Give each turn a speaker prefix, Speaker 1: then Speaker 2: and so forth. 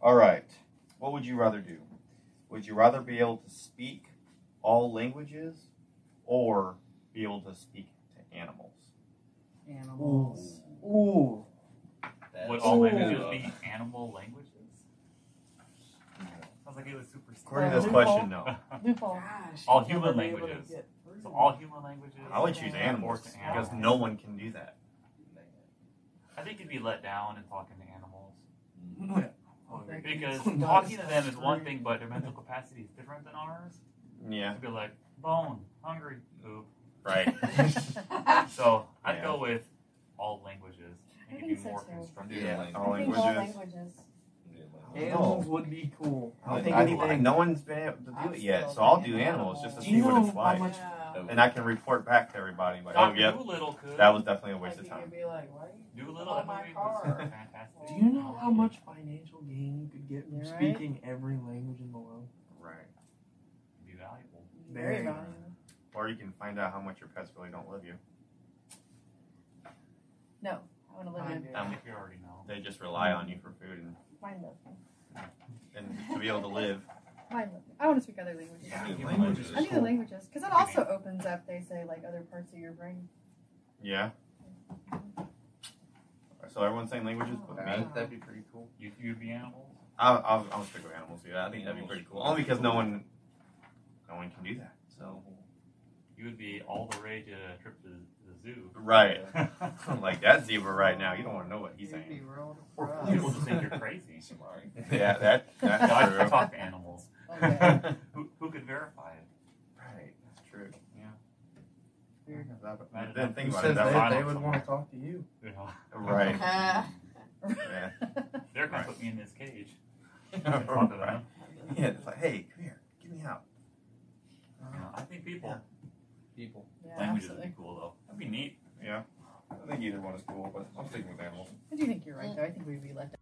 Speaker 1: All right. What would you rather do? Would you rather be able to speak all languages or be able to speak to animals?
Speaker 2: Animals.
Speaker 3: Ooh.
Speaker 4: Would
Speaker 3: That's-
Speaker 4: all
Speaker 3: Ooh.
Speaker 4: languages be animal languages? Sounds like it was super
Speaker 1: According to
Speaker 4: simple.
Speaker 1: this question, no.
Speaker 2: Loophole.
Speaker 3: Gosh,
Speaker 4: All
Speaker 3: I've
Speaker 4: human
Speaker 3: never been able to
Speaker 4: languages.
Speaker 3: get through
Speaker 4: So
Speaker 3: that.
Speaker 4: all human languages.
Speaker 1: I would choose
Speaker 4: or
Speaker 1: animals
Speaker 4: to
Speaker 1: because no one can do that.
Speaker 4: I think you'd be let down in talking to animals
Speaker 2: Okay.
Speaker 4: because
Speaker 3: No,
Speaker 4: talking to
Speaker 3: it's
Speaker 4: them is one
Speaker 3: screwed.
Speaker 4: thing, but their mental capacity is different than ours.
Speaker 1: Yeah.
Speaker 4: You'd be like bone, hungry, poop.
Speaker 1: Right.
Speaker 4: So I'd
Speaker 1: Yeah.
Speaker 4: go with all languages.
Speaker 2: I
Speaker 4: You could
Speaker 2: think
Speaker 4: be
Speaker 2: so
Speaker 4: more
Speaker 2: too.
Speaker 4: constructive.
Speaker 1: Yeah,
Speaker 2: I
Speaker 1: all
Speaker 2: think all
Speaker 1: languages.
Speaker 2: languages.
Speaker 3: Animals would be cool.
Speaker 1: I don't
Speaker 3: think
Speaker 1: think I, I,
Speaker 3: anything.
Speaker 1: no one's been able to do it yet, so I'll do animals just to
Speaker 3: Do
Speaker 1: see
Speaker 3: you
Speaker 1: what
Speaker 3: know
Speaker 1: it's
Speaker 3: how
Speaker 1: like,
Speaker 3: much?
Speaker 2: Yeah.
Speaker 1: and I can report back to everybody. Like, oh
Speaker 4: Doctor
Speaker 1: yeah,
Speaker 4: Doolittle could.
Speaker 1: that was definitely a waste
Speaker 2: Like,
Speaker 1: of
Speaker 2: you could
Speaker 1: time.
Speaker 2: be like, why?
Speaker 4: Doolittle.
Speaker 2: Oh,
Speaker 4: that
Speaker 2: my
Speaker 4: movie was
Speaker 2: car.
Speaker 4: fantastic.
Speaker 3: Do you know how much financial gain you could get from
Speaker 2: You're right.
Speaker 3: speaking every language in the world?
Speaker 1: Right.
Speaker 4: It'd Be valuable.
Speaker 2: Very
Speaker 3: Very.
Speaker 2: valuable.
Speaker 1: Or you can find out how much your pets really don't love you.
Speaker 2: No, I want to live in.
Speaker 4: I
Speaker 1: Um,
Speaker 4: think you already know.
Speaker 1: They just rely on you for food and,
Speaker 2: Mine loves me.
Speaker 1: and to be able to live.
Speaker 2: Mine loves me. I want to speak other languages.
Speaker 1: Yeah.
Speaker 2: I need the languages because it also opens up. They say like other parts of your brain.
Speaker 1: Yeah. So everyone's saying languages, but me.
Speaker 2: that'd
Speaker 3: be pretty cool.
Speaker 4: You, you'd be animals.
Speaker 1: I'll, I'll, I'll stick with animals. Yeah, I think that'd be pretty cool. Only because no one, no one can do that. So
Speaker 4: You would be all the rage at a trip to the zoo.
Speaker 1: right, like that zebra right now. You don't want to know what he's
Speaker 2: You'd be
Speaker 1: saying.
Speaker 2: real
Speaker 4: Or
Speaker 2: depressed.
Speaker 4: People just think you're crazy.
Speaker 1: Yeah, that
Speaker 4: Yeah, I
Speaker 1: that's
Speaker 4: I
Speaker 1: true.
Speaker 4: talk to animals.
Speaker 2: Okay.
Speaker 4: who, who could verify it?
Speaker 1: Right, that's true. Yeah.
Speaker 3: Weird.
Speaker 1: I didn't think
Speaker 3: Who
Speaker 1: about
Speaker 3: says
Speaker 1: it that way.
Speaker 3: they, they
Speaker 4: violent
Speaker 3: would
Speaker 4: someone.
Speaker 3: want to talk to you?
Speaker 4: You know,
Speaker 1: Right. Yeah.
Speaker 4: they're gonna
Speaker 1: Right.
Speaker 4: put me in this cage. Talk to them.
Speaker 1: right. Yeah, it's like, hey, come here, get me out.
Speaker 4: You know, I think people
Speaker 1: Yeah.
Speaker 5: People.
Speaker 2: Yeah,
Speaker 4: languages would
Speaker 2: absolutely.
Speaker 4: be cool though. That'd be neat.
Speaker 1: Yeah. I think either one is cool, but I'm sticking with animals.
Speaker 2: I do think you're right though. I think we'd be left